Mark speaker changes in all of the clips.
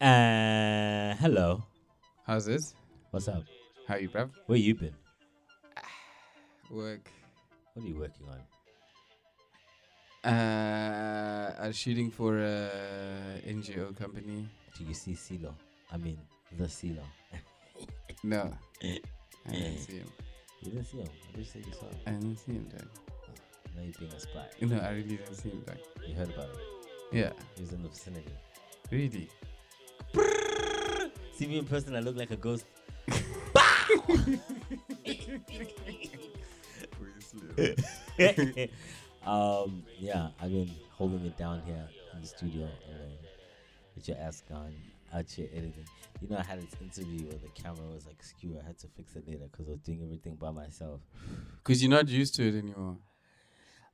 Speaker 1: Uh, hello.
Speaker 2: How's this?
Speaker 1: What's up?
Speaker 2: How you, bruv?
Speaker 1: Where you been?
Speaker 2: Work.
Speaker 1: What are you working on?
Speaker 2: Uh, I'm shooting for a NGO company.
Speaker 1: Do you see Silo? I mean, the Silo.
Speaker 2: No, I didn't see him.
Speaker 1: You didn't see him. I just said you saw him.
Speaker 2: I didn't see him, dog.
Speaker 1: Now you're being a spy.
Speaker 2: No, I really didn't see him, dog.
Speaker 1: You heard about it.
Speaker 2: Yeah,
Speaker 1: He was in the vicinity.
Speaker 2: really.
Speaker 1: See me in person, I look like a ghost. um, yeah, I've been holding it down here in the studio and then with your ass gone, out here editing. You know, I had this interview where the camera was like skew. I had to fix it later because I was doing everything by myself.
Speaker 2: Cause you're not used to it anymore.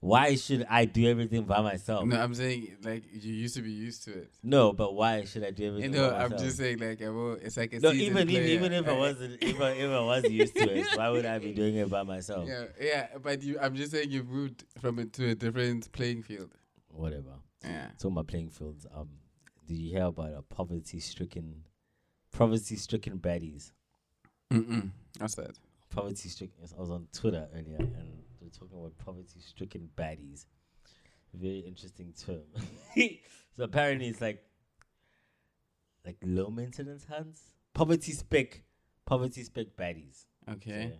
Speaker 1: Why should I do everything by myself?
Speaker 2: No,
Speaker 1: No,
Speaker 2: I'm saying like you used to be used to it.
Speaker 1: but why should I do everything?
Speaker 2: no,
Speaker 1: by
Speaker 2: I'm
Speaker 1: myself?
Speaker 2: just saying like I will, it's like a
Speaker 1: No, even
Speaker 2: seasoned
Speaker 1: if,
Speaker 2: player.
Speaker 1: even if I wasn't, if I, if I was used to it, why would I be doing it by myself?
Speaker 2: Yeah, yeah, but you, I'm just saying you've moved from it to a different playing field.
Speaker 1: Whatever.
Speaker 2: Yeah.
Speaker 1: Talking about playing fields, um, did you hear about a poverty-stricken, poverty-stricken baddies?
Speaker 2: Mm-mm. That's that.
Speaker 1: Poverty stricken. I was on Twitter earlier, and they were talking about poverty-stricken baddies. Very interesting term. so apparently, it's like, like low maintenance hands, poverty spec, poverty spec baddies.
Speaker 2: Okay.
Speaker 1: So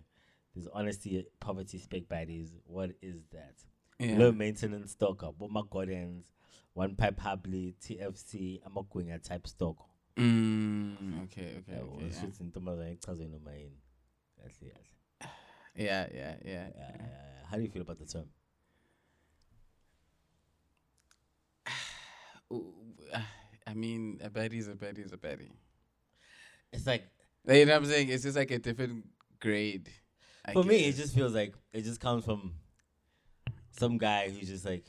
Speaker 1: there's honesty, poverty spec baddies. What is that?
Speaker 2: Yeah.
Speaker 1: low maintenance stalker, Boma Gordons, One Pipe Hubley, TFC, amagwinya type stalker.
Speaker 2: Mm, okay, okay,
Speaker 1: Yeah,
Speaker 2: okay.
Speaker 1: well,
Speaker 2: yeah.
Speaker 1: shit's intombazane echazwe noma yini. Kahle, kahle.
Speaker 2: Yeah, yeah, yeah.
Speaker 1: Uh, How do you feel about the term?
Speaker 2: Ooh, ah, I mean, a baddie is a baddie is a baddie.
Speaker 1: It's like
Speaker 2: Like, you know what I'm saying? It's just like a different grade. I
Speaker 1: for me, it
Speaker 2: guess.
Speaker 1: just feels like it just comes from some guy who's just like,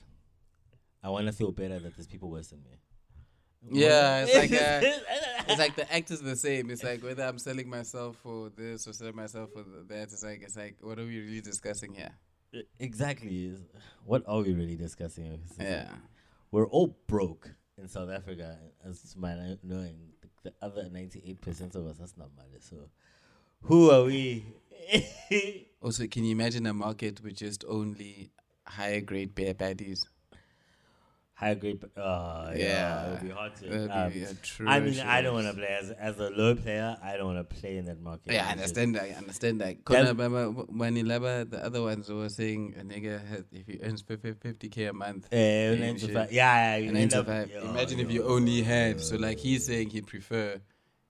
Speaker 1: I want to feel better that there's people worse than me.
Speaker 2: Yeah, it's like a- it's like the act is the same. It's like whether I'm selling myself for this or selling myself for th- that. It's like it's like what are we really discussing here?
Speaker 1: exactly. It's- What are we really discussing? It's just like-
Speaker 2: Yeah,
Speaker 1: we're all broke in South Africa, as my kno- knowing the, the other ninety eight percent of us. That's not matter. So, who are we?
Speaker 2: Also, can you imagine a market with just only higher grade bear baddies?
Speaker 1: High grade. p- Uh, yeah,
Speaker 2: Yeah,
Speaker 1: it would be hard to.
Speaker 2: That'd
Speaker 1: um,
Speaker 2: be atrocious.
Speaker 1: I mean, I don't want to play as as a low player. I don't want to play in that market.
Speaker 2: Yeah, I
Speaker 1: It's just-
Speaker 2: understand that. I understand that. Kona Baba, Manilaba, the other ones were saying a nigga has, if he earns 50k a month,
Speaker 1: Eh,
Speaker 2: Yeah,
Speaker 1: nine to
Speaker 2: shit.
Speaker 1: five. Yeah, yeah. you
Speaker 2: an nine
Speaker 1: end
Speaker 2: to
Speaker 1: up-
Speaker 2: five.
Speaker 1: yeah,
Speaker 2: Imagine if
Speaker 1: yeah.
Speaker 2: you only had. So, like, he's saying he'd prefer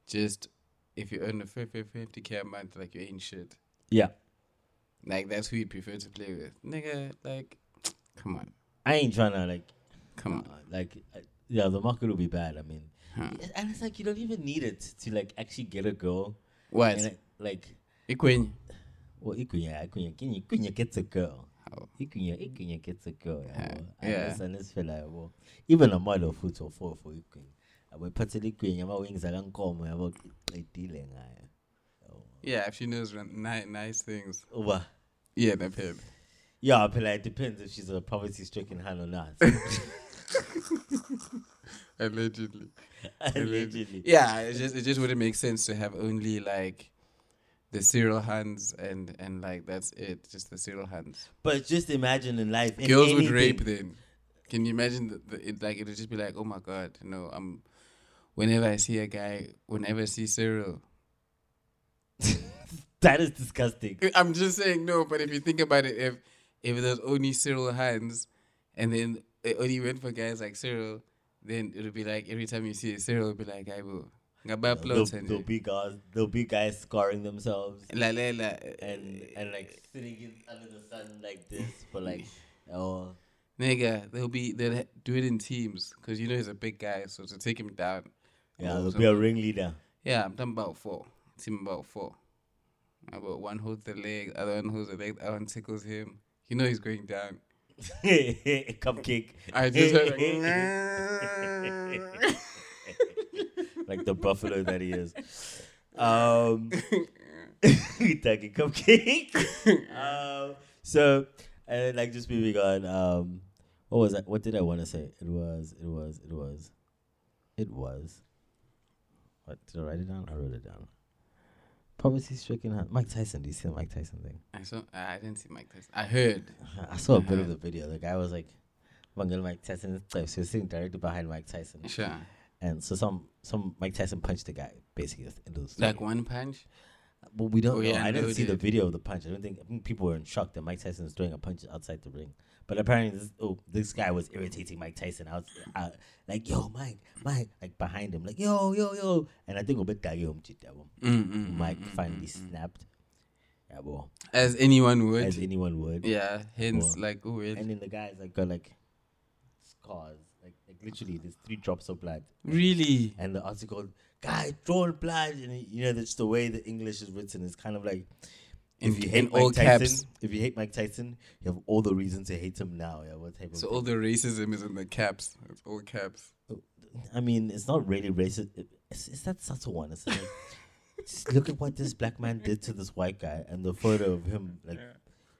Speaker 2: just if you earn a 50k a month, like, you ain't shit.
Speaker 1: Yeah,
Speaker 2: Like, that's who you prefer to play with. Nigga, like, come on.
Speaker 1: I ain't trying to like.
Speaker 2: Come on.
Speaker 1: uh, Like, uh, yeah, the market will be bad. I mean,
Speaker 2: Huh.
Speaker 1: and it's like you don't even need it to like actually get a girl.
Speaker 2: What?
Speaker 1: And, like- like
Speaker 2: Ikwenyi.
Speaker 1: Well, Ikunya, Ikunya, Ikunya, Ikunya gets a girl.
Speaker 2: How?
Speaker 1: Ikunya, Ikunya gets a girl.
Speaker 2: Yeah,
Speaker 1: yabo.
Speaker 2: yeah.
Speaker 1: And this and this fella, yabo. even a model of foot or four for Ikunya. Abo iphathela Ikunya ama wings akankomo yabo iqedile ngayo.
Speaker 2: Yeah, if she knows ri- ni- nice things.
Speaker 1: Uba
Speaker 2: Yeah, that pimp.
Speaker 1: Oh, yeah, phela it depends if she's a poverty stricken hand or not.
Speaker 2: Allegedly.
Speaker 1: Allegedly.
Speaker 2: Yeah, it just it just wouldn't make sense to have only like the serial hands and and like that's it, just the serial hands.
Speaker 1: But just imagine in life. in
Speaker 2: Girls would
Speaker 1: anything-
Speaker 2: rape then. Can you imagine the, the, it like it would just be like, oh my god, no, I'm. Whenever I see a guy, whenever I see serial,
Speaker 1: That is disgusting.
Speaker 2: I'm just saying no. But if you think about it, if if there's only serial hands, and then it only went for guys like serial, then it would be like every time you see a serial, it'll be like, I will. Ngaba
Speaker 1: There'll,
Speaker 2: uploads and-
Speaker 1: there'll be guys there'll be guys scarring themselves.
Speaker 2: Lalela,
Speaker 1: and and like sitting in, under the sun like this for like oh
Speaker 2: Nigga, they'll be they'll ha- do it in teams because you know he's a big guy, so to take him down.
Speaker 1: yeah
Speaker 2: Oh,
Speaker 1: there'll
Speaker 2: so-
Speaker 1: be a ringleader
Speaker 2: yeah, I'm talking about four. Team about four. About one holds the leg, other one holds the leg, other one tickles him. You know he's going down.
Speaker 1: cupcake
Speaker 2: I just heard like,
Speaker 1: like the buffalo that he is um Taki cupcake um so and like just moving on um what was I, what did I want to say it was it was it was it was What did I write it down? I wrote it down. Poverty stricken. Hand. Mike Tyson. Do you see the Mike Tyson thing?
Speaker 2: I saw. I didn't see Mike Tyson. I heard.
Speaker 1: I saw a bit of the video. The guy was like, "Bungle Mike Tyson." So he was sitting directly behind Mike Tyson,
Speaker 2: Sure.
Speaker 1: and so some some Mike Tyson punched the guy. Basically, that's the end of the story.
Speaker 2: Like one punch.
Speaker 1: But we don't
Speaker 2: Oh,
Speaker 1: know.
Speaker 2: yeah,
Speaker 1: I didn't see the
Speaker 2: loaded.
Speaker 1: video of the punch. I don't think, I think people were in shock that Mike Tyson was throwing a punch outside the ring. But apparently, this, oh, this guy was irritating Mike Tyson. I was uh, like, "Yo, Mike, Mike!" Like behind him, like, "Yo, yo, yo!" And I think Obed Dagom
Speaker 2: Mm, mm, mm,
Speaker 1: Mike
Speaker 2: mm,
Speaker 1: finally
Speaker 2: mm, mm.
Speaker 1: snapped. Yeah, well,
Speaker 2: As anyone would.
Speaker 1: as anyone would.
Speaker 2: yeah. Hence,
Speaker 1: Well,
Speaker 2: like who
Speaker 1: And
Speaker 2: would?
Speaker 1: then the guys like got like scars, like, like literally, there's three drops of blood.
Speaker 2: Really?
Speaker 1: and the article guy drawn blood and you know that's the way the english is written is kind of like
Speaker 2: In-
Speaker 1: if you
Speaker 2: in
Speaker 1: hate mike
Speaker 2: all
Speaker 1: tyson
Speaker 2: caps.
Speaker 1: if you hate mike tyson you have all the reason to hate him now yeah what type
Speaker 2: So
Speaker 1: of
Speaker 2: all the racism is in the caps. It's all caps.
Speaker 1: i mean it's not really racist it's, it's that subtle one it's like just look at what this black man did to this white guy and the photo of him like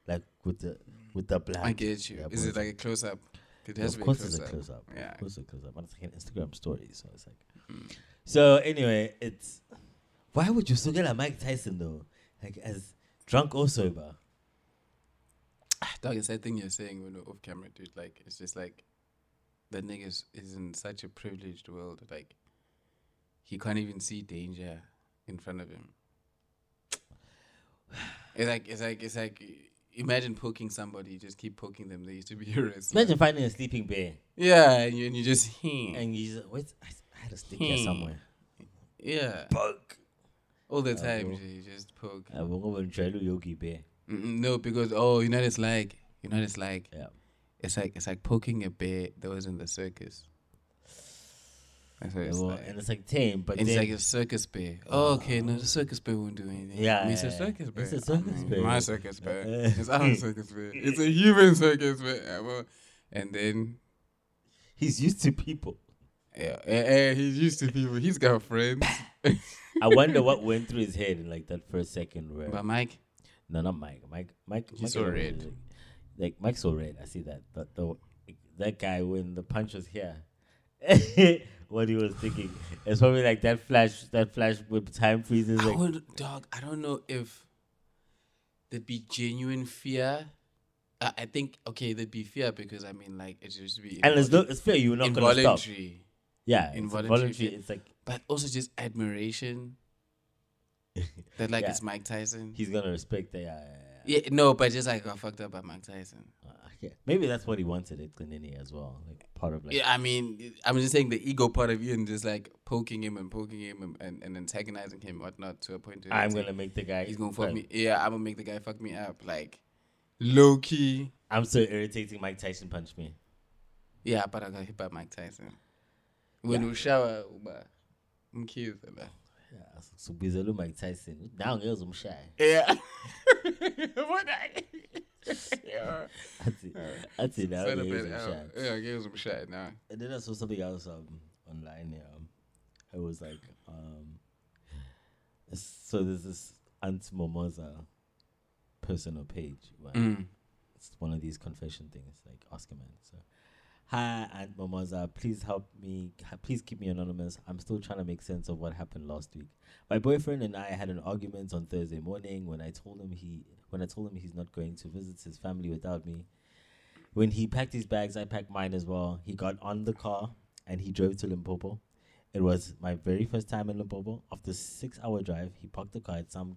Speaker 1: like with the with the black
Speaker 2: I get you.
Speaker 1: yeah,
Speaker 2: is
Speaker 1: boy,
Speaker 2: it like a close up? It
Speaker 1: Yeah, of
Speaker 2: has to be
Speaker 1: course,
Speaker 2: close
Speaker 1: it's a
Speaker 2: up.
Speaker 1: close up.
Speaker 2: Yeah.
Speaker 1: Of course, it's a close up. But it's like an Instagram story, so it's like.
Speaker 2: Mm.
Speaker 1: So anyway, it's why would you still get a Mike Tyson though, like as drunk or sober?
Speaker 2: Dog, it's that thing you're saying when we're off camera, dude. Like, it's just like the niggas is in such a privileged world. Like, he can't even see danger in front of him. It's like, it's like, it's like, imagine poking somebody, you just keep poking them. They used to be heroes.
Speaker 1: Imagine finding a sleeping bear
Speaker 2: Yeah, and you, and you just, hmm.
Speaker 1: and you just wait. I, I had a stick here
Speaker 2: Hmm.
Speaker 1: somewhere.
Speaker 2: yeah,
Speaker 1: Poke.
Speaker 2: all the
Speaker 1: Uh,
Speaker 2: time.
Speaker 1: bro.
Speaker 2: You just poke.
Speaker 1: I will go and try to yogi bear.
Speaker 2: Mm, No, because, oh, you know what it's like? You know what it's like?
Speaker 1: Yeah.
Speaker 2: It's like, it's like poking a bear that was in the circus. That's what it's
Speaker 1: Well,
Speaker 2: like.
Speaker 1: and it's like tame, but
Speaker 2: it's
Speaker 1: then
Speaker 2: like a circus bear. Oh, okay, no, the circus bear won't do anything.
Speaker 1: Yeah,
Speaker 2: I mean, it's a
Speaker 1: yeah,
Speaker 2: circus
Speaker 1: yeah.
Speaker 2: bear.
Speaker 1: It's a
Speaker 2: I
Speaker 1: circus
Speaker 2: mean,
Speaker 1: bear.
Speaker 2: My circus bear.
Speaker 1: Uh,
Speaker 2: it's our circus bear. It's a human circus bear. Uh, well, And then,
Speaker 1: he's used to people.
Speaker 2: yeah, eh, eh, he's used to people. He's got friends.
Speaker 1: I wonder what went through his head in like that first second where
Speaker 2: But Mike,
Speaker 1: No, not Mike. Mike. Mike.
Speaker 2: He's
Speaker 1: Mike
Speaker 2: so
Speaker 1: is already
Speaker 2: red.
Speaker 1: Like, like Mike's so red. I see that. But the that guy when the punch was here, what he was thinking. It's probably like that flash. That flash with time freezes.
Speaker 2: I
Speaker 1: Like,
Speaker 2: would, dog, I don't know if there'd be genuine fear. I, I think, okay, there'd be fear because, I mean, like, it just be
Speaker 1: and it's no.
Speaker 2: invol-
Speaker 1: It's fair. You're not gonna stop.
Speaker 2: involuntary.
Speaker 1: Yeah. It's
Speaker 2: Involuntary.
Speaker 1: involuntary. It's like
Speaker 2: But also just admiration that, like,
Speaker 1: Yeah.
Speaker 2: it's Mike Tyson.
Speaker 1: he's gonna respect that. Yeah. yeah, yeah.
Speaker 2: Yeah, no, but just like got fucked up by Mike Tyson.
Speaker 1: Uh, yeah. Maybe that's what he wanted at Glenini as well. Like part of like.
Speaker 2: yeah, I mean, I'm just saying the ego part of you and just like poking him and poking him and, and, and antagonizing him, and whatnot, to a point. where
Speaker 1: I'm
Speaker 2: it's like,
Speaker 1: gonna make the guy.
Speaker 2: He's gonna fuck
Speaker 1: like,
Speaker 2: me. Yeah, I'm gonna make the guy fuck me up. Like, low key.
Speaker 1: I'm so irritating. Mike Tyson punched me.
Speaker 2: Yeah, but I got hit by Mike Tyson. When we shower, uba, mkhize la.
Speaker 1: Yeah. So bizarre Mike Tyson. Now girls, I'm shy.
Speaker 2: Yeah. What I- yeah.
Speaker 1: That's it. That's it. Now
Speaker 2: Sort of
Speaker 1: girls,
Speaker 2: bit
Speaker 1: I'm
Speaker 2: out.
Speaker 1: shy.
Speaker 2: Yeah, I gave him a shot now.
Speaker 1: And then I saw something else um, online. Yeah, it was like, um, it's- so there's this Aunt Momoza personal page. Right?
Speaker 2: Mm.
Speaker 1: It's one of these confession things, like Oscar man. So, hi Aunt Momoza, please help me. h- Please keep me anonymous. I'm still trying to make sense of what happened last week. My boyfriend and I had an argument on Thursday morning when I told him he when I told him he's not going to visit his family without me. When he packed his bags, I packed mine as well. He got on the car and he drove to Limpopo. It was my very first time in Limpopo. After six hour drive, he parked the car at some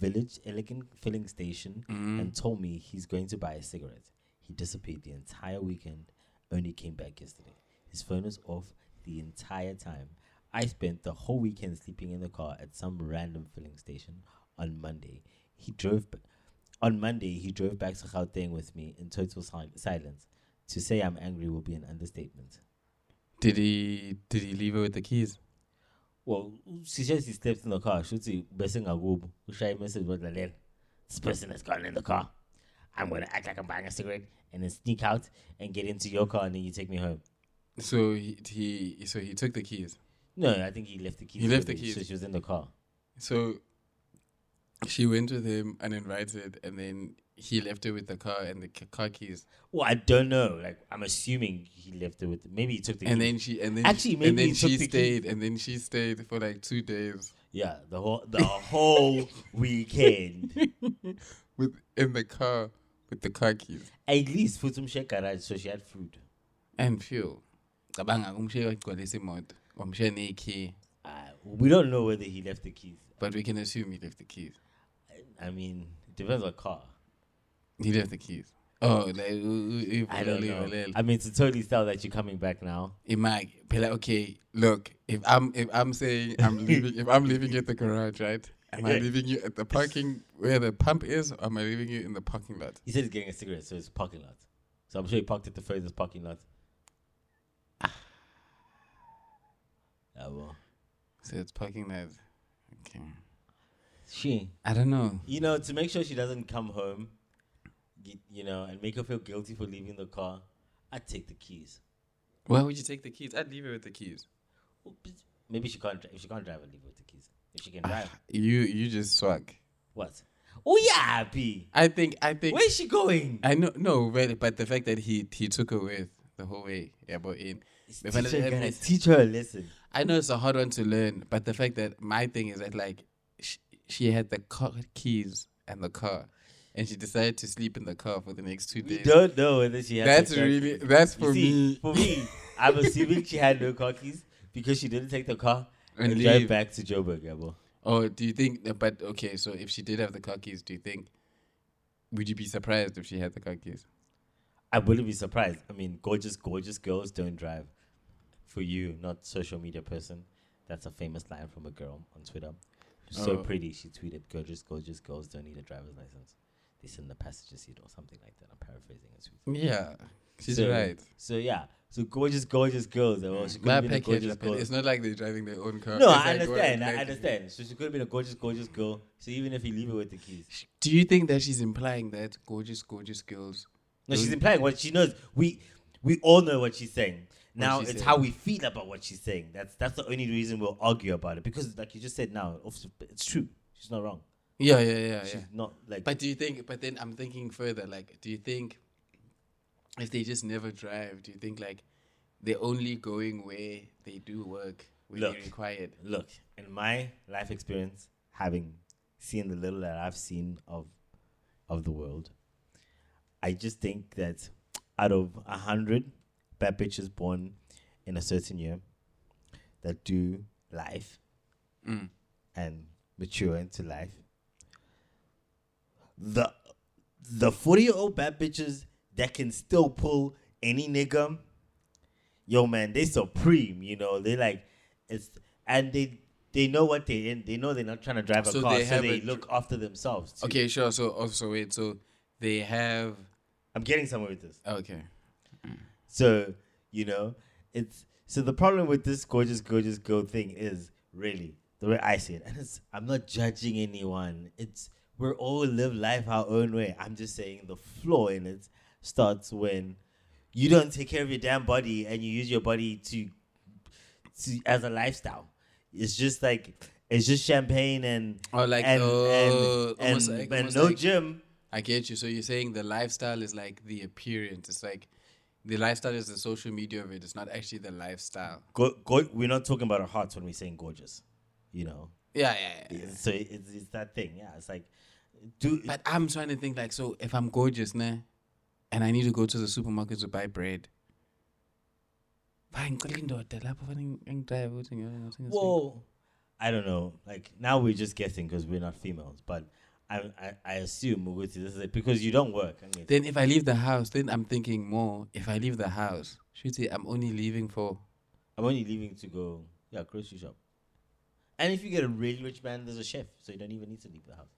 Speaker 1: village elegant filling station
Speaker 2: Mm-hmm. mm.
Speaker 1: and told me he's going to buy a cigarette. He disappeared the entire weekend, only came back yesterday. His phone was off the entire time. I spent the whole weekend sleeping in the car at some random filling station on Monday. He drove b- on Monday, he drove back to Gauteng with me in total sil- silence. To say I'm angry will be an understatement.
Speaker 2: Did he did he leave her with the keys?
Speaker 1: Well, she says he slept in the car. Should she messing a whoop? Should I message with Lalel? This person has gone in the car. I'm gonna act like I'm buying a cigarette and then sneak out and get into your car and then you take me home.
Speaker 2: So he, he so he took the keys.
Speaker 1: No, I think he left the keys.
Speaker 2: He left the
Speaker 1: with me, So
Speaker 2: keys.
Speaker 1: she was in the car.
Speaker 2: So she went with him uninvited, and then he left it with the car and the c- car keys,
Speaker 1: Well, I don't know. Like, I'm assuming he left it with. Maybe he took the.
Speaker 2: and
Speaker 1: key.
Speaker 2: then she and then
Speaker 1: Actually,
Speaker 2: she,
Speaker 1: maybe
Speaker 2: and then
Speaker 1: he took
Speaker 2: she
Speaker 1: the key.
Speaker 2: stayed and then she stayed for like two days
Speaker 1: yeah, the whole the whole weekend.
Speaker 2: with in the car with the car keys
Speaker 1: At least put some shake garage so she had food.
Speaker 2: and fuel. Cabanga umshe wagcwalisa imoto wamshiya nekey,
Speaker 1: Uh, we don't know whether he left the keys.
Speaker 2: but we can assume he left the keys.
Speaker 1: I mean, it depends on car.
Speaker 2: He left the keys. Oh, like u- u-
Speaker 1: I don't know.
Speaker 2: uvalele.
Speaker 1: I mean, it's a totally style that you're coming back now.
Speaker 2: Imag, be like, okay, look, if I'm if I'm saying I'm leaving, if I'm leaving you at the garage, right? Am I
Speaker 1: Yeah.
Speaker 2: leaving you at the parking where the pump is, or am I leaving you in the parking lot?
Speaker 1: He said he's getting a cigarette, so it's parking lot. So I'm sure he parked at the furthest parking lot. Ah, well.
Speaker 2: So it's parking lot. Okay.
Speaker 1: She.
Speaker 2: I don't know.
Speaker 1: You know, to make sure she doesn't come home, y- you know, and make her feel guilty for leaving the car, I'd take the keys.
Speaker 2: Why would you take the keys? I'd leave it with the keys.
Speaker 1: Oh, but Maybe she can't. dri- If she can't drive, I'd leave her with the keys. If she can
Speaker 2: Ah.
Speaker 1: drive,
Speaker 2: You you just swag.
Speaker 1: what? Oh yeah, B.
Speaker 2: I think I think
Speaker 1: Where's she going?
Speaker 2: I know no, but but the fact that he he took her with the whole way, yeah, but in.
Speaker 1: Teach
Speaker 2: Befana-
Speaker 1: her,
Speaker 2: um,
Speaker 1: guys, teach her a lesson.
Speaker 2: I know it's a hard one to learn, but the fact that my thing is that like she, she had the car keys and the car, and she decided to sleep in the car for the next two
Speaker 1: We
Speaker 2: days.
Speaker 1: don't know whether she had.
Speaker 2: That's
Speaker 1: the car
Speaker 2: really
Speaker 1: keys.
Speaker 2: that's
Speaker 1: You
Speaker 2: for
Speaker 1: see,
Speaker 2: me.
Speaker 1: For me, I'm assuming she had no car keys because she didn't take the car
Speaker 2: And
Speaker 1: and,
Speaker 2: leave.
Speaker 1: drive back to Joburg, yeah, bro.
Speaker 2: Or do you think? But okay, so if she did have the car keys, do you think? Would you be surprised if she had the car keys?
Speaker 1: I wouldn't be surprised. I mean, gorgeous, gorgeous girls don't drive. For you, not social media person. That's a famous line from a girl on Twitter. She's so
Speaker 2: Oh.
Speaker 1: pretty. She tweeted, "Gorgeous, gorgeous girls don't need a driver's license. They sit in the passenger seat or something like that." I'm paraphrasing a tweet.
Speaker 2: Yeah, she's
Speaker 1: So-
Speaker 2: right.
Speaker 1: So yeah, so gorgeous, gorgeous girls. eh, Well, she could
Speaker 2: My
Speaker 1: have been a
Speaker 2: package,
Speaker 1: gorgeous girl.
Speaker 2: it's not like they're driving their own car.
Speaker 1: No,
Speaker 2: It's
Speaker 1: I
Speaker 2: like, well,
Speaker 1: understand. I
Speaker 2: like-
Speaker 1: understand. So she could have been a gorgeous, gorgeous girl. So even if you leave her with the keys,
Speaker 2: Do you think that she's implying that gorgeous, gorgeous girls?
Speaker 1: no, she's
Speaker 2: Mm.
Speaker 1: implying what she knows. We we all know what she's saying. Now
Speaker 2: she's
Speaker 1: it's
Speaker 2: saying.
Speaker 1: how we feel about what she's saying. That's that's the only reason we'll argue about it because, like you just said, now obviously, it's true. She's not wrong.
Speaker 2: Yeah, yeah, Oh, yeah,
Speaker 1: She's
Speaker 2: yeah.
Speaker 1: not like.
Speaker 2: But do you think? But then I'm thinking further. Like, do you think if they just never drive, do you think like they're only going where they do work, where they're
Speaker 1: Look.
Speaker 2: required?
Speaker 1: look, in my life experience, having seen the little that I've seen of of the world, I just think that out of a hundred bad bitches born in a certain year that do life
Speaker 2: Mm.
Speaker 1: and mature into life, the the forty year old bad bitches that can still pull any nigga, yo man, they supreme. You know, they like it's and they they know what they in. They know they're not trying to drive a
Speaker 2: So
Speaker 1: car,
Speaker 2: they
Speaker 1: so
Speaker 2: have
Speaker 1: they
Speaker 2: a-
Speaker 1: look after themselves. too.
Speaker 2: Okay, sure. So, also wait. So they have.
Speaker 1: I'm getting somewhere with this.
Speaker 2: Okay.
Speaker 1: So you know, it's so the problem with this gorgeous, gorgeous girl thing is really the way I see it, and it's I'm not judging anyone. It's we're all live life our own way. I'm just saying the flaw in it starts when you don't take care of your damn body and you use your body to, to as a lifestyle. It's just like it's just champagne and
Speaker 2: Or like,
Speaker 1: and
Speaker 2: oh,
Speaker 1: and, and,
Speaker 2: almost like-
Speaker 1: and
Speaker 2: almost
Speaker 1: no
Speaker 2: like-
Speaker 1: gym.
Speaker 2: I get you. So you're saying the lifestyle is like the appearance. It's like the lifestyle is the social media of it. It's not actually the lifestyle.
Speaker 1: Go, go, we're not talking about our hearts when we're saying gorgeous, you know.
Speaker 2: Yeah, yeah, yeah.
Speaker 1: Yeah, So it- it's, it's that thing. Yeah, it's like, do
Speaker 2: But I'm trying to think like, so if I'm gorgeous, nah, and I need to go to the supermarket to buy bread. Fine, ngikulindoda lapho fanele ngi- ngidrive ukuthi ngiyo- ngiyo- ngiyo-
Speaker 1: whoa. I don't know. Like now we're just guessing because we're not females, but I I, I assume Muguti, this is it because you don't work. I mean,
Speaker 2: Then if I leave the house, then I'm thinking more. If I leave the house, shooty, I'm only leaving for.
Speaker 1: I'm only leaving to go yeah grocery shop. And if you get a really rich man, there's a chef, so you don't even need to leave the house.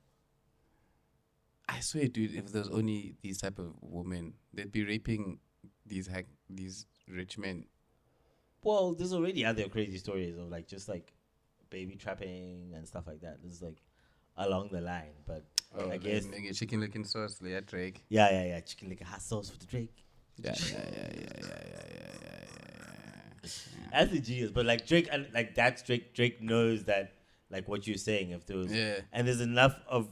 Speaker 2: I swear, dude, if there's only these type of women, they'd be raping these hack these rich men.
Speaker 1: Well, there's already other crazy stories of like just like baby trapping and stuff like that. This is like along the line, but
Speaker 2: Oh,
Speaker 1: I guess
Speaker 2: nigga, chicken looking sauce, Leah Drake.
Speaker 1: yeah, yeah, yeah. Chicken lick hot sauce with the Drake.
Speaker 2: Yeah, yeah, yeah, yeah, yeah, yeah, yeah, yeah, yeah.
Speaker 1: That's the genius, but like Drake, and like that's Drake. Drake knows that, like what you're saying. If there was,
Speaker 2: Yeah.
Speaker 1: and there's enough of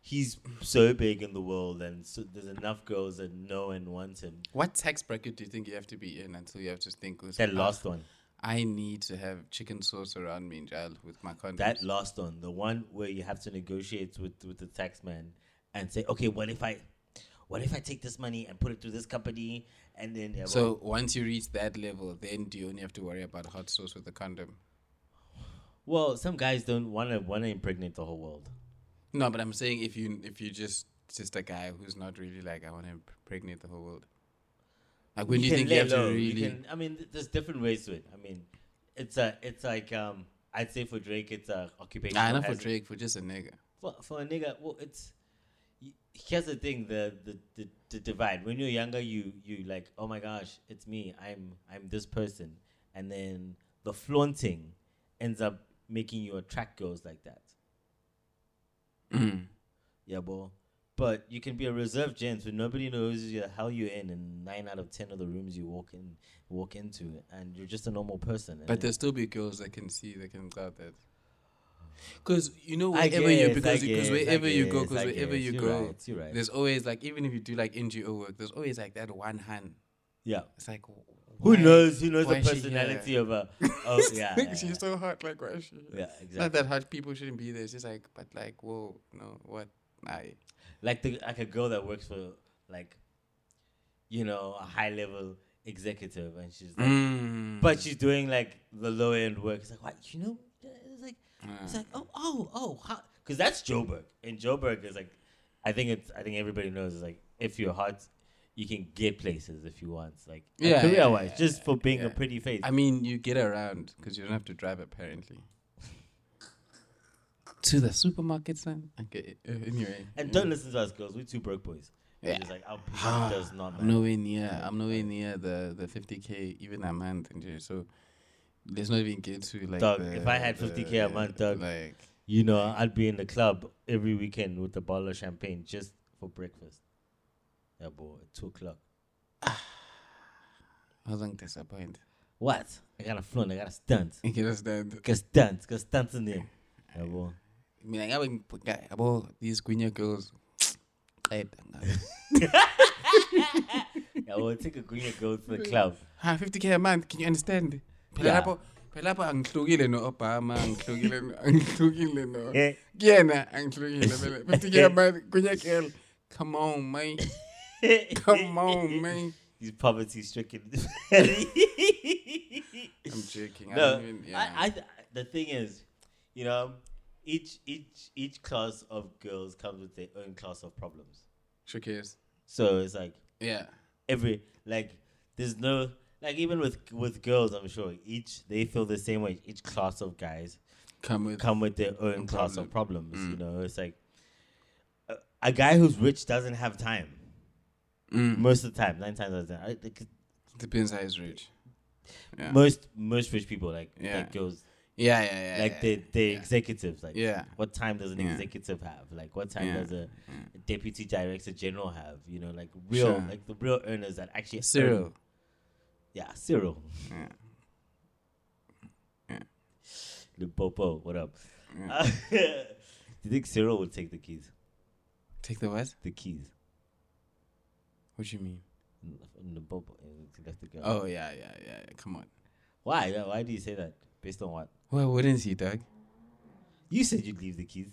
Speaker 1: he's so big in the world, and so there's enough girls that know and want him.
Speaker 2: What tax bracket do you think you have to be in until you have to think? listen,
Speaker 1: That
Speaker 2: ah,
Speaker 1: last one,
Speaker 2: I need to have chicken sauce around me, child, with my condoms.
Speaker 1: that last one, the one where you have to negotiate with with the tax man and say, okay, what if I, what if I take this money and put it through this company, and then yeah, well,
Speaker 2: so once you reach that level, then do you only have to worry about hot sauce with a condom?
Speaker 1: well, some guys don't want to want to impregnate the whole world.
Speaker 2: No, but I'm saying if you if you just just a guy who's not really like I want to impregnate the whole world. Like when do you
Speaker 1: can
Speaker 2: think you
Speaker 1: lay
Speaker 2: have to
Speaker 1: low,
Speaker 2: really?
Speaker 1: can- I mean, th- there's different ways to it. I mean, it's a, it's like um, I'd say for Drake, it's a occupation.
Speaker 2: Nah, not for Drake, for just a nigga.
Speaker 1: For, for a nigga, well, it's y- here's the thing: the the, the the divide. When you're younger, you you like, oh my gosh, it's me. I'm I'm this person, and then the flaunting ends up making you attract girls like that. Yeah, boy. But you can be a reserved gent where nobody knows you- how you're in, and nine out of ten of the rooms you walk in, walk into, and you're just a normal person. and
Speaker 2: But
Speaker 1: then-
Speaker 2: there'll still be girls that can see, that can cloud that. Because you know
Speaker 1: I
Speaker 2: wherever
Speaker 1: guess,
Speaker 2: you
Speaker 1: I
Speaker 2: because because
Speaker 1: guess, I
Speaker 2: wherever you go
Speaker 1: guess, I
Speaker 2: because wherever
Speaker 1: guess.
Speaker 2: you
Speaker 1: You're
Speaker 2: go,
Speaker 1: right, you're right.
Speaker 2: there's always like even if you do like NGO work, there's always like that one hand.
Speaker 1: yeah,
Speaker 2: It's like wh-
Speaker 1: who
Speaker 2: why-
Speaker 1: knows? Who knows the
Speaker 2: why is she here?
Speaker 1: personality of a? Of, yeah, yeah, yeah.
Speaker 2: She's so hot, like why is she? here?
Speaker 1: Yeah,
Speaker 2: It's Not
Speaker 1: exactly.
Speaker 2: that hot people shouldn't be there. It's just like but like whoa no what nah.
Speaker 1: Like the like a girl that works for like, you know, a high level executive, and she's like,
Speaker 2: Mm.
Speaker 1: but she's doing like the low end work. It's like, what you know? It's like
Speaker 2: Ah.
Speaker 1: it's like oh oh oh, because that's Joburg, and Joburg is like, I think it's I think everybody knows is like if you're hot, you can get places if you want, like
Speaker 2: Yeah, yeah,
Speaker 1: career wise,
Speaker 2: yeah,
Speaker 1: just for being a
Speaker 2: yeah.
Speaker 1: pretty face.
Speaker 2: I mean you get around because you don't have to drive apparently. to the supermarket, son. Okay. uh, Anyway.
Speaker 1: and don't listen to us girls, we're two broke boys. Yeah.
Speaker 2: Yeah.
Speaker 1: It's like our
Speaker 2: Ah,
Speaker 1: opinion does not
Speaker 2: I'm
Speaker 1: matter.
Speaker 2: nowhere near. I'm nowhere near the the 50k even a month, and so let's not even get to like.
Speaker 1: Dog,
Speaker 2: the-
Speaker 1: if I had 50K a
Speaker 2: the-
Speaker 1: month, dog.
Speaker 2: like
Speaker 1: You know, I'd be in the club every weekend with a bottle of champagne just for breakfast. Yeah, boy, at two o'clock.
Speaker 2: I wasn't disappointed.
Speaker 1: What? I got a flaunt, I got a stunt.
Speaker 2: You can understand?
Speaker 1: Got stunt, got stunts in there. Yeah, boy.
Speaker 2: I mean, like, I wouldn't put guy about these Guinea girls. Hey,
Speaker 1: Yeah, boy, take a green girl to the club.
Speaker 2: ha, 50k a month. Can you understand?
Speaker 1: Yeah.
Speaker 2: Pelappo, pelappo angihlukile no Obama, angihlukile no, angihlukile no.
Speaker 1: Yeah.
Speaker 2: Kiyena angihlukile vele. 50k a month, Guinea girl. Come on, man. Come on, man.
Speaker 1: He's poverty stricken.
Speaker 2: I'm joking. I
Speaker 1: no,
Speaker 2: don't even, yeah.
Speaker 1: I, I, th- the thing is, you know, each each each class of girls comes with their own class of problems.
Speaker 2: Showcase.
Speaker 1: So it's like
Speaker 2: Yeah.
Speaker 1: every like there's no like even with with girls i'm sure each they feel the same way each class of guys
Speaker 2: Come with.
Speaker 1: come with their own class of problems
Speaker 2: Mm.
Speaker 1: you know it's like a, a guy who's rich doesn't have time
Speaker 2: Mm.
Speaker 1: most of the time nine times out of ten I, like,
Speaker 2: Depends how he's rich. Yeah.
Speaker 1: most most rich people like
Speaker 2: Yeah.
Speaker 1: like girls
Speaker 2: yeah, yeah, yeah.
Speaker 1: like
Speaker 2: yeah.
Speaker 1: they they executives like
Speaker 2: Yeah.
Speaker 1: what time does an
Speaker 2: Yeah.
Speaker 1: executive have like what time
Speaker 2: Yeah.
Speaker 1: does a deputy director general have you know like real
Speaker 2: Sure.
Speaker 1: like the real earners that actually earn-
Speaker 2: Cyril.
Speaker 1: yeah Cyril
Speaker 2: Yeah.
Speaker 1: Popo, what up? Uh, do you think Cyril would take the keys?
Speaker 2: Take the what?
Speaker 1: The keys.
Speaker 2: What do you mean?
Speaker 1: Limpopo, and he left the girl.
Speaker 2: Oh yeah, yeah, yeah. yeah. Come on.
Speaker 1: Why? Yeah, Why do you say that? Based on what?
Speaker 2: Why wouldn't he, Doug?
Speaker 1: You said you'd leave the keys.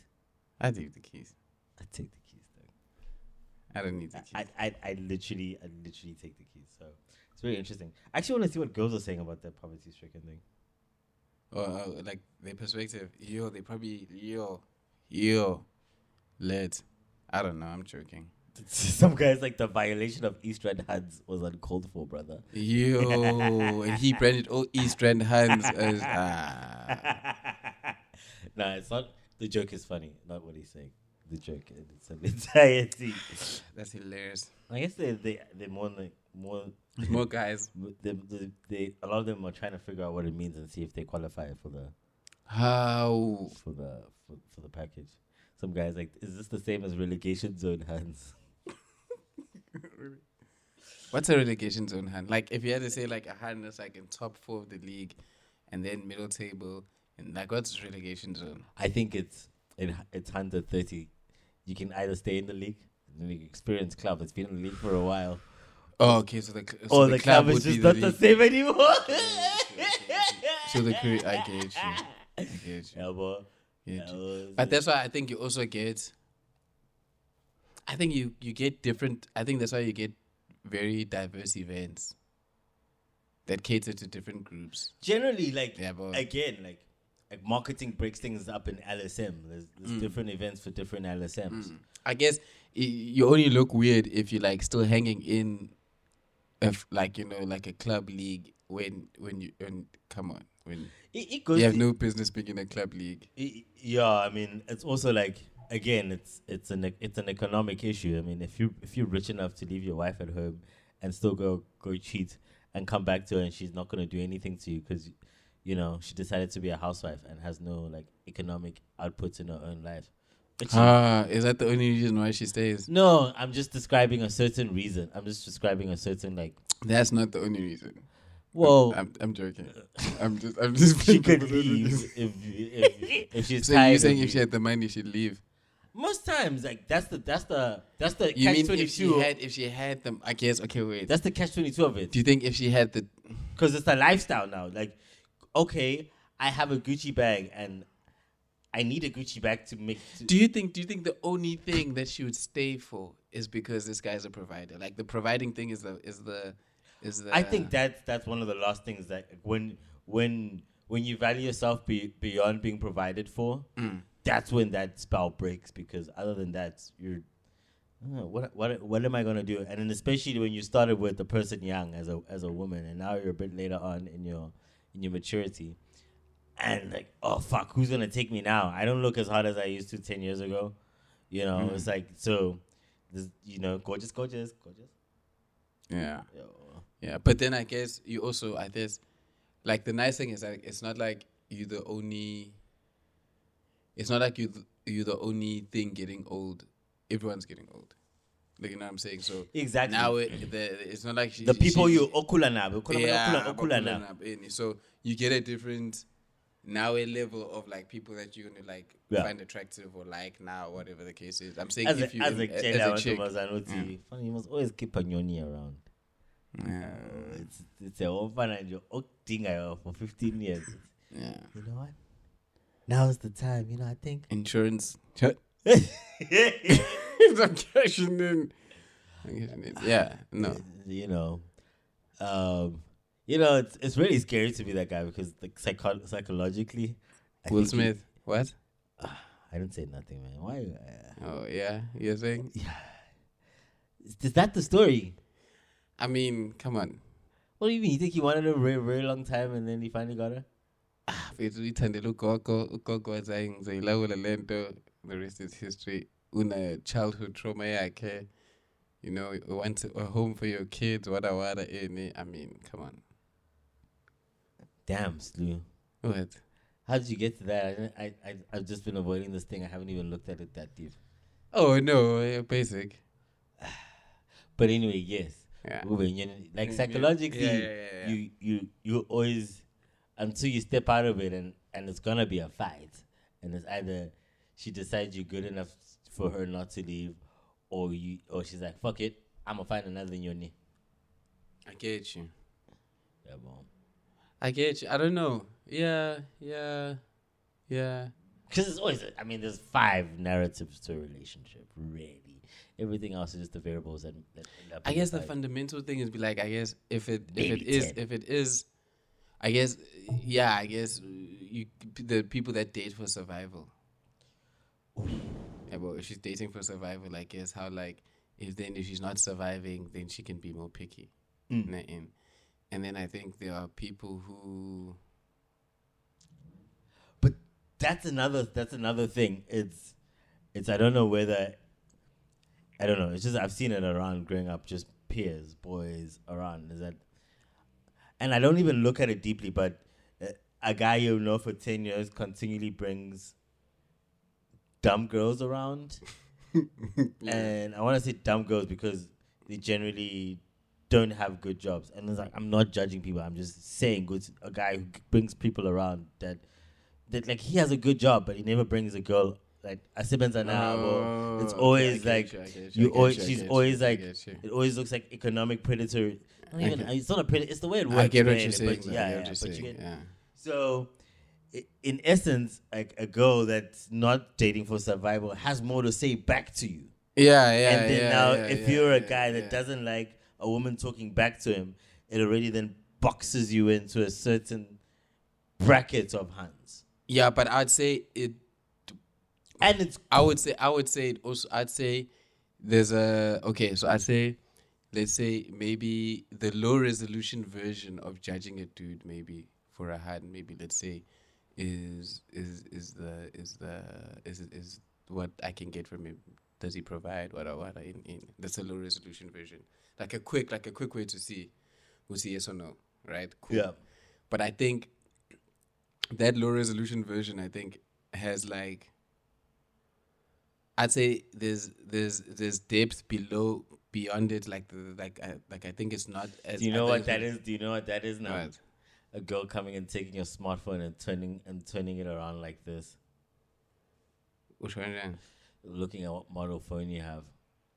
Speaker 2: I take the keys.
Speaker 1: I'd take the keys, though.
Speaker 2: I don't need the keys.
Speaker 1: I, I, I, I literally, I literally take the keys. So it's very interesting. I actually want to see what girls are saying about that poverty stricken thing.
Speaker 2: or, or Oh, like their perspective. Yo, they probably yo, yo, let. I don't know. I'm joking.
Speaker 1: Some guys like the violation of East Red Huds was uncalled for, brother.
Speaker 2: Yo, and he branded all East Rand hands as ah.
Speaker 1: no, it's not. The joke is funny, not what he's saying. The joke in its entirety.
Speaker 2: That's hilarious.
Speaker 1: I guess they they they more like more
Speaker 2: More guys.
Speaker 1: they, they, they a lot of them are trying to figure out what it means and see if they qualify for the
Speaker 2: How?
Speaker 1: for the for, for the package. Some guys like, is this the same as relegation zone hands?
Speaker 2: What's a relegation zone hand? Like if you had to say like a hand that's like in top four of the league, and then middle table, and like what's relegation zone?
Speaker 1: I think it's it, it's under thirty. you can either stay in the league, the league experience club that's been in the league for a while,
Speaker 2: Oh, okay. So the cl- so
Speaker 1: or the, club,
Speaker 2: would
Speaker 1: is
Speaker 2: be
Speaker 1: just not the
Speaker 2: league.
Speaker 1: same anymore.
Speaker 2: So the career, I get you. I get you.
Speaker 1: Elbow.
Speaker 2: Get you.
Speaker 1: elbows.
Speaker 2: But that's why I think you also get. I think you you get different. I think that's why you get very diverse events that cater to different groups.
Speaker 1: generally like
Speaker 2: Yeah, but-
Speaker 1: again like like marketing breaks things up in LSM. There's, there's different events for different LSMs.
Speaker 2: I guess y- you only look weird if you're like still hanging in, if like you know like a club league when when you when come on when
Speaker 1: It, it goes.
Speaker 2: you have
Speaker 1: to-
Speaker 2: no business being in a club league.
Speaker 1: it- yeah, I mean, it's also like again, it's it's an it's an economic issue. I mean, if you if you're rich enough to leave your wife at home and still go go cheat and come back to her and she's not gonna do anything to you because you know she decided to be a housewife and has no like economic output in her own life. Which
Speaker 2: Ah, is that the only reason why she stays?
Speaker 1: no, I'm just describing a certain reason. I'm just describing a certain like
Speaker 2: That's not the only reason.
Speaker 1: Well,
Speaker 2: I'm, I'm joking. I'm just I'm just
Speaker 1: Oh. she
Speaker 2: playing
Speaker 1: could
Speaker 2: devil's advocate.
Speaker 1: leave if, if, if she's
Speaker 2: So
Speaker 1: tired.
Speaker 2: you're
Speaker 1: of
Speaker 2: saying
Speaker 1: you.
Speaker 2: if she had the money, she'd leave.
Speaker 1: Most times, like that's the that's the that's the
Speaker 2: You
Speaker 1: catch
Speaker 2: mean
Speaker 1: twenty
Speaker 2: if she
Speaker 1: two.
Speaker 2: had if she had them? I guess okay, wait.
Speaker 1: That's the catch twenty two of it
Speaker 2: Do you think if she had the
Speaker 1: because it's a lifestyle now. Like, okay, I have a Gucci bag and I need a Gucci bag to make. To,
Speaker 2: Do you think do you think the only thing that she would stay for is because this guy's a provider? Like the providing thing is the is the is the
Speaker 1: I think that's that's one of the last things that when when when you value yourself be, beyond being provided for, that's when that spell breaks because other than that, you're "Oh, what what what am I gonna do? And then especially when you started with the person young as a as a woman, and now you're a bit later on in your in your maturity, and like oh fuck, who's gonna take me now? I don't look as hard as I used to ten years ago, you know. It's like so, this, you know, gorgeous, gorgeous, gorgeous.
Speaker 2: Yeah.
Speaker 1: Yo.
Speaker 2: Yeah. But then I guess you also I guess like the nice thing is like it's not like you the only it's not like you th- you the only thing getting old. Everyone's getting old. Like you know what I'm saying? So
Speaker 1: Exactly.
Speaker 2: now it, the, it's not like she,
Speaker 1: the people
Speaker 2: she-
Speaker 1: you okula nabo okula okula okula
Speaker 2: Bakula
Speaker 1: nabo
Speaker 2: Nab, ini. So you get a different now a level of like people that you're gonna like
Speaker 1: Yeah.
Speaker 2: find attractive or like now, whatever the case is. I'm saying
Speaker 1: as
Speaker 2: if
Speaker 1: a,
Speaker 2: you
Speaker 1: as a
Speaker 2: in-
Speaker 1: chick,
Speaker 2: as
Speaker 1: I
Speaker 2: a
Speaker 1: want to
Speaker 2: chick, Mm.
Speaker 1: Mazanuti. Funny, you must always keep a nyoni around.
Speaker 2: yeah,
Speaker 1: It's it's a orphan and you're thing for 15 years.
Speaker 2: yeah.
Speaker 1: You know what? Now's the time. You know, I think.
Speaker 2: insurance. Shut- I'm cashing in. I'm cashing in. Yeah, no.
Speaker 1: you know, um, you know, it's it's really scary to be that guy because like psycho- psychologically. I
Speaker 2: Will
Speaker 1: think you-
Speaker 2: Smith. What?
Speaker 1: I don't say nothing, man. Why? Uh,
Speaker 2: Oh yeah, you're saying.
Speaker 1: is, is that the story?
Speaker 2: I mean, come on.
Speaker 1: What do you mean? You think he wanted her a very, very long time and then he finally got her?
Speaker 2: Fethu uyithandela ugogo ugogo wathi ngizayilawula le nto the rest is history una childhood trauma yakhe you know you want a home for your kids wada wada any i mean come on
Speaker 1: Damn, Slew.
Speaker 2: what
Speaker 1: How did you get to that? I, didn't- I, I, I've just been avoiding this thing. I haven't even looked at it that deep.
Speaker 2: oh no eh, basic
Speaker 1: But anyway, yes.
Speaker 2: Yeah.
Speaker 1: Ube, you- like
Speaker 2: Yeah,
Speaker 1: psychologically,
Speaker 2: yeah, yeah, yeah.
Speaker 1: you you you always until you step out of it, and and it's gonna be a fight, and it's either she decides you're good enough for her not to leave, or you or she's like fuck it, I'ma find another yoni.
Speaker 2: i get you
Speaker 1: Yeah, mom.
Speaker 2: i get you i don't know yeah yeah yeah
Speaker 1: Because it's always, I mean, there's five narratives to a relationship, really. Everything else is just the variables that. that end up
Speaker 2: I
Speaker 1: in the
Speaker 2: guess the
Speaker 1: fight.
Speaker 2: fundamental thing is be like, I guess if it if
Speaker 1: Maybe
Speaker 2: it is
Speaker 1: 10.
Speaker 2: if it is, I guess yeah, I guess uh, you the people that date for survival. Yeah, well, if she's dating for survival, I guess how like if then if she's not surviving, then she can be more picky.
Speaker 1: Hmm.
Speaker 2: Nah, in. And then I think there are people who
Speaker 1: but that's another that's another thing it's it's i don't know whether i don't know it's just i've seen it around growing up just peers boys around is that and i don't even look at it deeply but uh, a guy you know for 10 years continually brings dumb girls around and i want to say dumb girls because they generally don't have good jobs and it's like i'm not judging people i'm just saying good a guy who brings people around that that like he has a good job, but he never brings a girl like asebenza nabo. It's
Speaker 2: Oh, okay, I
Speaker 1: always
Speaker 2: get
Speaker 1: like
Speaker 2: you, I get
Speaker 1: you
Speaker 2: I get
Speaker 1: always-
Speaker 2: I
Speaker 1: she's
Speaker 2: get
Speaker 1: always
Speaker 2: I
Speaker 1: like-
Speaker 2: get you.
Speaker 1: it always looks like economic predator. Not
Speaker 2: I
Speaker 1: even,
Speaker 2: get-
Speaker 1: it's not a predator. It's the way it works.
Speaker 2: I get what
Speaker 1: man,
Speaker 2: you're saying.
Speaker 1: But
Speaker 2: though, I
Speaker 1: yeah,
Speaker 2: get
Speaker 1: yeah,
Speaker 2: what you're
Speaker 1: but you
Speaker 2: saying,
Speaker 1: get-
Speaker 2: yeah.
Speaker 1: So, i- in essence, like a girl that's not dating for survival has more to say back to you.
Speaker 2: Yeah, yeah.
Speaker 1: and then
Speaker 2: yeah,
Speaker 1: now,
Speaker 2: yeah,
Speaker 1: if
Speaker 2: yeah,
Speaker 1: you're a
Speaker 2: yeah,
Speaker 1: guy that
Speaker 2: yeah.
Speaker 1: doesn't like a woman talking back to him, it already then boxes you into a certain bracket of hands.
Speaker 2: Yeah, but I'd say it.
Speaker 1: And it's
Speaker 2: I would say. I would say it also. I'd say there's a okay. So I'd say, let's say maybe the low resolution version of judging a dude maybe for a hand maybe let's say is is is the is the is is what I can get from him. Does he provide what I want in in? That's a low resolution version. Like a quick like a quick way to see, we see yes or no, right? Cool.
Speaker 1: Yeah.
Speaker 2: But I think that low resolution version, I think, has like I'd say there's there's there's depth below beyond it. Like the, like I, like I think it's not as
Speaker 1: do you know
Speaker 2: others
Speaker 1: what that
Speaker 2: would-
Speaker 1: is? Do you know what that is now?
Speaker 2: What?
Speaker 1: A girl coming and taking your smartphone and turning and turning it around like this,
Speaker 2: Which one? yeah.
Speaker 1: looking at what model phone you have.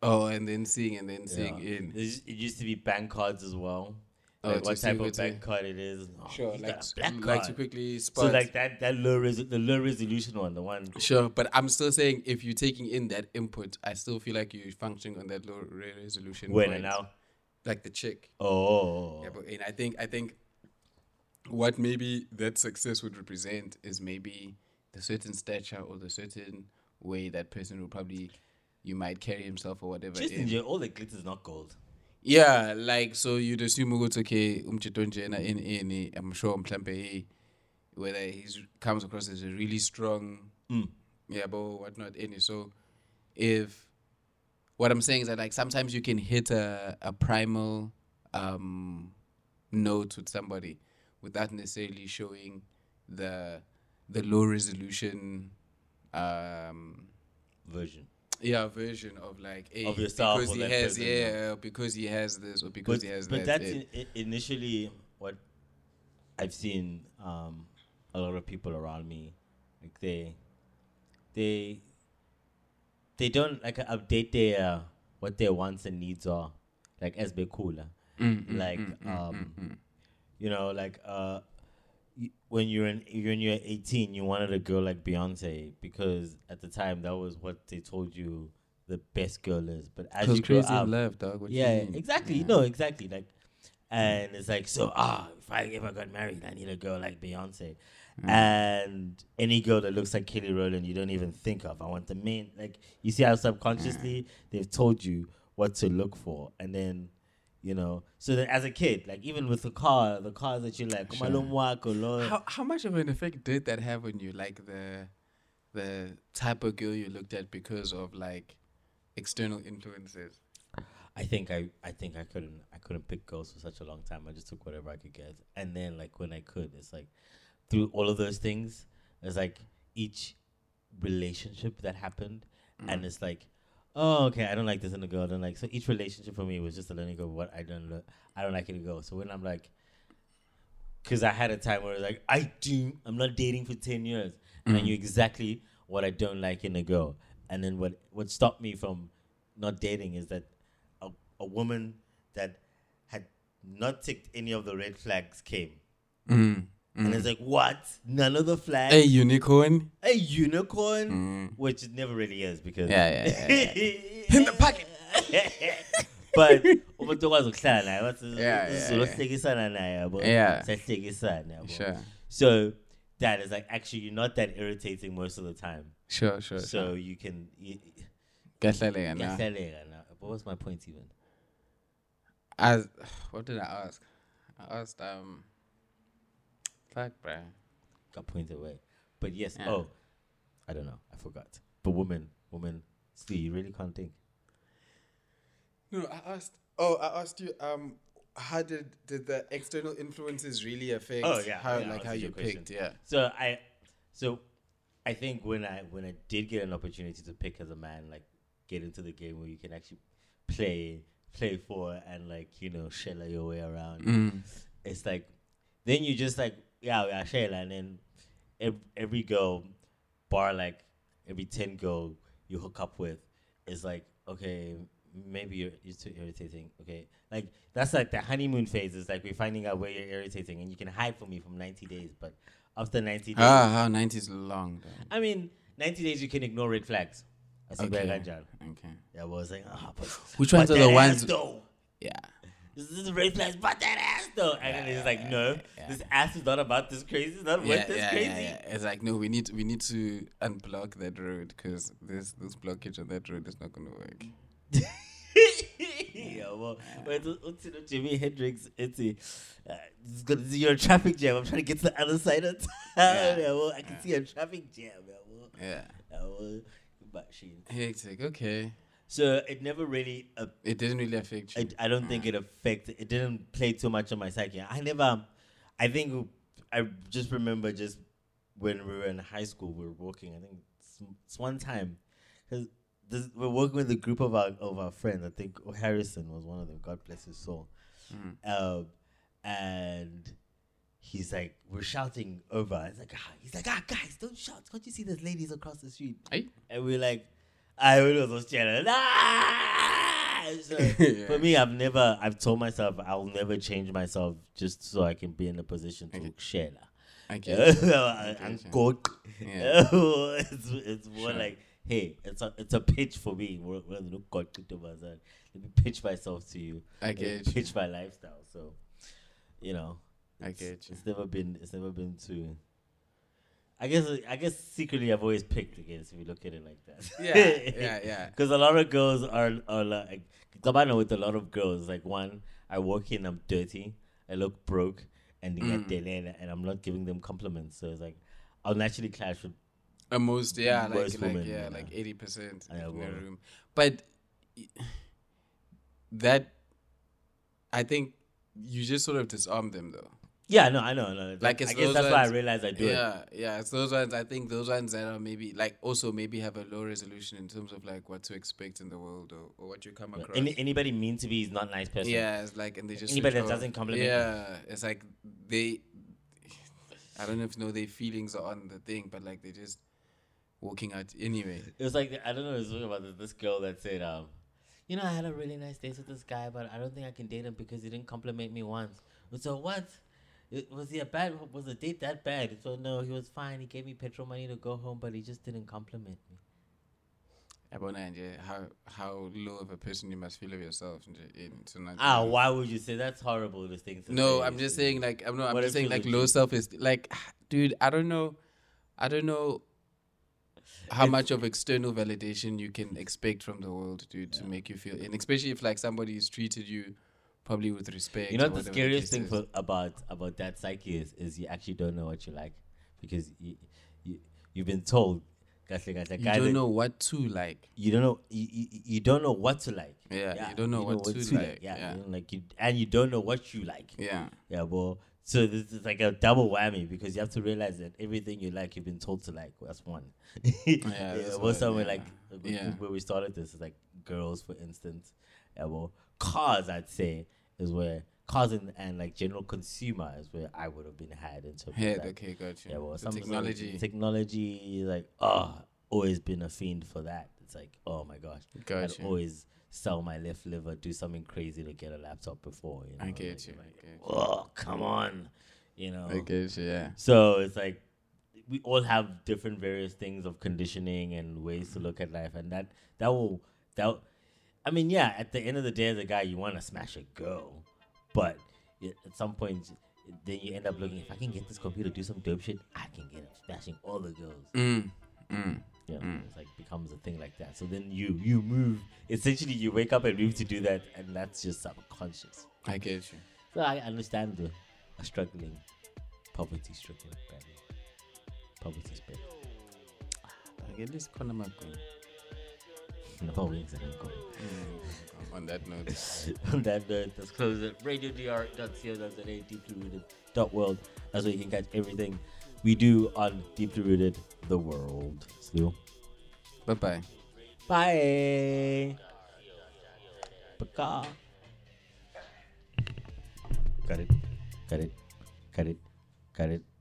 Speaker 2: Oh, and then seeing and then seeing
Speaker 1: Yeah.
Speaker 2: in.
Speaker 1: There's- It used to be bank cards as well.
Speaker 2: Oh,
Speaker 1: Like
Speaker 2: to
Speaker 1: what
Speaker 2: see
Speaker 1: type of
Speaker 2: what's
Speaker 1: bank
Speaker 2: in-
Speaker 1: card it is. Oh,
Speaker 2: Sure,
Speaker 1: he's
Speaker 2: like
Speaker 1: got a
Speaker 2: to,
Speaker 1: black
Speaker 2: like
Speaker 1: card.
Speaker 2: to quickly
Speaker 1: so
Speaker 2: spot.
Speaker 1: like that that low res- the low resolution one, the one
Speaker 2: Sure, but I'm still saying if you're taking in that input, I still feel like you're functioning on that low re- resolution.
Speaker 1: when
Speaker 2: point.
Speaker 1: and now.
Speaker 2: like the chick.
Speaker 1: Oh,
Speaker 2: Yeah, but and I think I think what maybe that success would represent is maybe the certain stature or the certain way that person will probably you might carry himself or whatever.
Speaker 1: just
Speaker 2: in.
Speaker 1: in general, all the glitter is not gold.
Speaker 2: Yeah, like so you'd assume it's okay, umcheto njena in in I'm sure mhlambe he whether he comes across as a really strong yeah, but whatnot any. So if what I'm saying is that like sometimes you can hit a, a primal um note with somebody without necessarily showing the the low resolution um
Speaker 1: version.
Speaker 2: yeah version of like hey,
Speaker 1: Of yourself
Speaker 2: because
Speaker 1: or
Speaker 2: he
Speaker 1: that
Speaker 2: has
Speaker 1: person,
Speaker 2: yeah, because he has this or because
Speaker 1: But,
Speaker 2: he has
Speaker 1: but
Speaker 2: that
Speaker 1: that's
Speaker 2: yeah.
Speaker 1: in, i- initially what I've seen um, a lot of people around me, like they, they, they don't like update their uh, what their wants and needs are, like as be cooler,
Speaker 2: Mm,
Speaker 1: like um, you know, like uh, y- when you're in when you're 18, you wanted a girl like Beyonce because at the time that was what they told you the best girl is. But as you grow up,
Speaker 2: love dog what
Speaker 1: yeah, exactly. No, exactly. Like, and it's like, so ah, if I ever got married, I need a girl like Beyonce,
Speaker 2: Mm.
Speaker 1: and any girl that looks like Kelly Rowland, you don't even think of. I want the main. Like, you see how
Speaker 2: Mm.
Speaker 1: subconsciously they've told you what to look for, and then. You know, so that as a kid, like even with the car, the cars that you like,
Speaker 2: Sure.
Speaker 1: sure.
Speaker 2: how, how much of an effect did that have on you like the the type of girl you looked at because of like external influences
Speaker 1: I think I, I think I couldn't I couldn't pick girls for such a long time. I just took whatever I could get, and then like when I could, it's like through all of those things, it's like each relationship that happened, and it's like, oh okay, I don't like this in a girl. I don't like so each relationship for me was just a learning of what I don't lo- I don't like in a girl. So when I'm like, because I had a time where it was like I do I'm not dating for ten years, and I knew exactly what I don't like in a girl, and then what what stopped me from not dating is that a, a woman that had not ticked any of the red flags came.
Speaker 2: Mm.
Speaker 1: And it's like, what? None of the flags?
Speaker 2: hey unicorn
Speaker 1: A unicorn? Which it never really is because.
Speaker 2: Mm. Yeah, yeah,
Speaker 1: In the pocket! but ubutokwazi ukuhlala naye What's-
Speaker 2: Yeah, yeah,
Speaker 1: isiZulu
Speaker 2: yeah.
Speaker 1: sihlekisana naye yabo
Speaker 2: Yeah.
Speaker 1: siyahlekisana yabo
Speaker 2: sure
Speaker 1: so that is like actually you're not that irritating most of the time
Speaker 2: sure sure
Speaker 1: so you can you,
Speaker 2: Kahlalega na.
Speaker 1: Ngiyahleka na. what was my point even
Speaker 2: As what did I ask? I asked um fuck bruh.
Speaker 1: got pointed away. But yes,
Speaker 2: Yeah.
Speaker 1: oh, I don't know, I forgot. But women, women, see, you really can't think.
Speaker 2: No, I asked oh I asked you um how did did the external influences really affect
Speaker 1: Oh, yeah,
Speaker 2: how
Speaker 1: yeah,
Speaker 2: like
Speaker 1: that
Speaker 2: how
Speaker 1: was
Speaker 2: you
Speaker 1: your question.
Speaker 2: picked, yeah.
Speaker 1: So I, so I think when I when I did get an opportunity to pick as a man, like get into the game where you can actually play play for and like you know shella your way around.
Speaker 2: Mm.
Speaker 1: It's like then you just like yeah we are shella and then ev- every girl bar like every 10 girl you hook up with is like, okay, maybe you're, you're too irritating. Okay. Like, that's like the honeymoon phase. It's like we're finding out where you're irritating and you can hide from me from 90 days. But after 90 days,
Speaker 2: Ah, how 90s long.
Speaker 1: I mean, 90 days you can ignore red flags. I
Speaker 2: though.
Speaker 1: see okay. Ganjan.
Speaker 2: okay.
Speaker 1: Yeah, but I was like, ah, but,
Speaker 2: Which
Speaker 1: but
Speaker 2: ones are the
Speaker 1: that ass
Speaker 2: ones-
Speaker 1: though.
Speaker 2: Yeah.
Speaker 1: This is the red flags, but that ass though. And then it's like, no, this ass is not about this crazy. It's not
Speaker 2: Yeah,
Speaker 1: worth this
Speaker 2: yeah,
Speaker 1: crazy.
Speaker 2: yeah, yeah. It's like no, we need we need to unblock that road because this this blockage on that road is not gonna work.
Speaker 1: yeah, well, but it's- it's, you know, Jimi Hendrix, it's a, uh, it's gonna, you're a traffic jam. I'm trying to get to the other side of town. Yeah,
Speaker 2: Yeah,
Speaker 1: well, I can see a traffic jam. Yeah, well,
Speaker 2: Yeah,
Speaker 1: yeah, well, but she.
Speaker 2: hectic. Okay,
Speaker 1: So it never really, uh,
Speaker 2: it didn't really affect you.
Speaker 1: I, I don't think it affected. It didn't play too much on my psyche. I never, I think, I just remember just when we were in high school, we were walking. I think it's, it's one time because we're walking with a group of our of our friends. I think Harrison was one of them. God bless his soul.
Speaker 2: Mm.
Speaker 1: Um, and he's like, we're shouting over. It's like, ah. he's like, ah, guys, don't shout. Can't you see there's ladies across the street?
Speaker 2: Hey.
Speaker 1: And we're like, I will those channels. Ah! So,
Speaker 2: Yeah.
Speaker 1: For me, I've never, I've told myself I'll never change myself just so I can be in a position to
Speaker 2: Okay.
Speaker 1: share. lah.
Speaker 2: I get it.
Speaker 1: I'm
Speaker 2: yeah.
Speaker 1: good.
Speaker 2: Yeah.
Speaker 1: it's, it's more
Speaker 2: Sure.
Speaker 1: like, hey, it's a it's a pitch for me. We're, we're the look God to us. Let me pitch myself to you.
Speaker 2: I
Speaker 1: Let me
Speaker 2: get you.
Speaker 1: pitch my lifestyle. So, you know,
Speaker 2: I
Speaker 1: it's-
Speaker 2: get you.
Speaker 1: It's never been. It's never been too. I guess. I guess secretly, I've always picked against if you look at it like that.
Speaker 2: Yeah, yeah, yeah.
Speaker 1: Because a lot of girls are are like Cabana with a lot of girls. Like one, I walk in, I'm dirty, I look broke, and they
Speaker 2: Mm.
Speaker 1: get there, and, and I'm not giving them compliments. So it's like I'll naturally clash with.
Speaker 2: Uh, most, yeah,
Speaker 1: Worst
Speaker 2: like, like
Speaker 1: woman,
Speaker 2: yeah,
Speaker 1: yeah.
Speaker 2: like eighty percent in
Speaker 1: Yeah,
Speaker 2: the
Speaker 1: well.
Speaker 2: room. But y- that, I think, you just sort of disarm them though.
Speaker 1: Yeah, no, I know, I know.
Speaker 2: Like,
Speaker 1: Like, I
Speaker 2: it's
Speaker 1: guess
Speaker 2: those
Speaker 1: that's why I
Speaker 2: ones-
Speaker 1: realized I do it.
Speaker 2: Yeah, yeah. It's those ones. I think those ones that are maybe like also maybe have a low resolution in terms of like what to expect in the world or, or what you come
Speaker 1: Like,
Speaker 2: across.
Speaker 1: Any, anybody mean to be is not a nice person.
Speaker 2: yeah, it's like and they just
Speaker 1: Anybody
Speaker 2: switch
Speaker 1: that doesn't compliment you.
Speaker 2: Yeah, it's like they. I don't know if no their feelings are on the thing, but like they just walking out anyway.
Speaker 1: It was like I don't know. It was something about this, this girl that said, um, you know, I had a really nice date with this guy, but I don't think I can date him because he didn't compliment me once. So what? It, was he a bad? Was the date that bad? So no, he was fine. He gave me petrol money to go home, but he just didn't compliment me.
Speaker 2: yabona nje how how low of a person you must feel of yourself nje in to not
Speaker 1: Ah, why would you say that's horrible? This thing. To
Speaker 2: no
Speaker 1: say.
Speaker 2: i'm just saying like i'm not i'm
Speaker 1: What
Speaker 2: just
Speaker 1: if
Speaker 2: saying
Speaker 1: you
Speaker 2: like
Speaker 1: would
Speaker 2: low
Speaker 1: do-
Speaker 2: self esteem like dude i don't know i don't know how much of external validation you can expect from the world dude to make you feel and especially if like somebody has treated you probably with respect
Speaker 1: You know
Speaker 2: or
Speaker 1: what the
Speaker 2: whatever the
Speaker 1: scariest
Speaker 2: case
Speaker 1: thing
Speaker 2: is.
Speaker 1: for, about about that psyche is is you actually don't know what you like because you, you you've been told. You
Speaker 2: you don't know what to like
Speaker 1: you don't know you, you, you don't know what to like.
Speaker 2: Yeah, you don't know what to like,
Speaker 1: Yeah,
Speaker 2: yeah.
Speaker 1: You don't like you, and you don't know what you like.
Speaker 2: yeah
Speaker 1: Yeah, well, so this is like a double whammy because you have to realize that everything you like, you've been told to like. That's one. yeah,
Speaker 2: that's
Speaker 1: well,
Speaker 2: one,
Speaker 1: somewhere
Speaker 2: yeah.
Speaker 1: like w-
Speaker 2: Yeah.
Speaker 1: where we started this is like girls, for instance. Yeah, well, cars, I'd say, is where cars and, and like general consumer is where I would have been had in terms
Speaker 2: yeah
Speaker 1: of like,
Speaker 2: okay gotcha
Speaker 1: yeah, well,
Speaker 2: The
Speaker 1: some sort of
Speaker 2: technology
Speaker 1: technology, like, oh, always been a fiend for that. It's like, oh my gosh,
Speaker 2: Gotcha.
Speaker 1: I'd always sell my left liver, do something crazy to get a laptop before. You know?
Speaker 2: i
Speaker 1: Like,
Speaker 2: get you
Speaker 1: I'm like,
Speaker 2: I get
Speaker 1: oh, come on, you know.
Speaker 2: you. i get you yeah
Speaker 1: So it's like we all have different various things of conditioning and ways to look at life, and that that will that. I mean, yeah. At the end of the day, as a guy, you want to smash a girl, but y- at some point, then you end up looking. If I can get this computer to do some dope shit, I can get it smashing all the girls.
Speaker 2: mm, mm.
Speaker 1: Yeah, it's like becomes a thing like that. So then you you move. Essentially, you wake up and move to do that, and that's just subconscious.
Speaker 2: i get you
Speaker 1: So I understand the a struggling, poverty stricken, poverty stricken.
Speaker 2: I get this corner my brain. Mm, on that note
Speaker 1: On that note, let's close it. RadioDR.co.za, deeply rooted. Dot world. That's where you can catch everything we do on Deeply Rooted the World. Slew.
Speaker 2: bye bye
Speaker 1: Bye. Paka. Cut it. Cut it. Cut it. Cut it.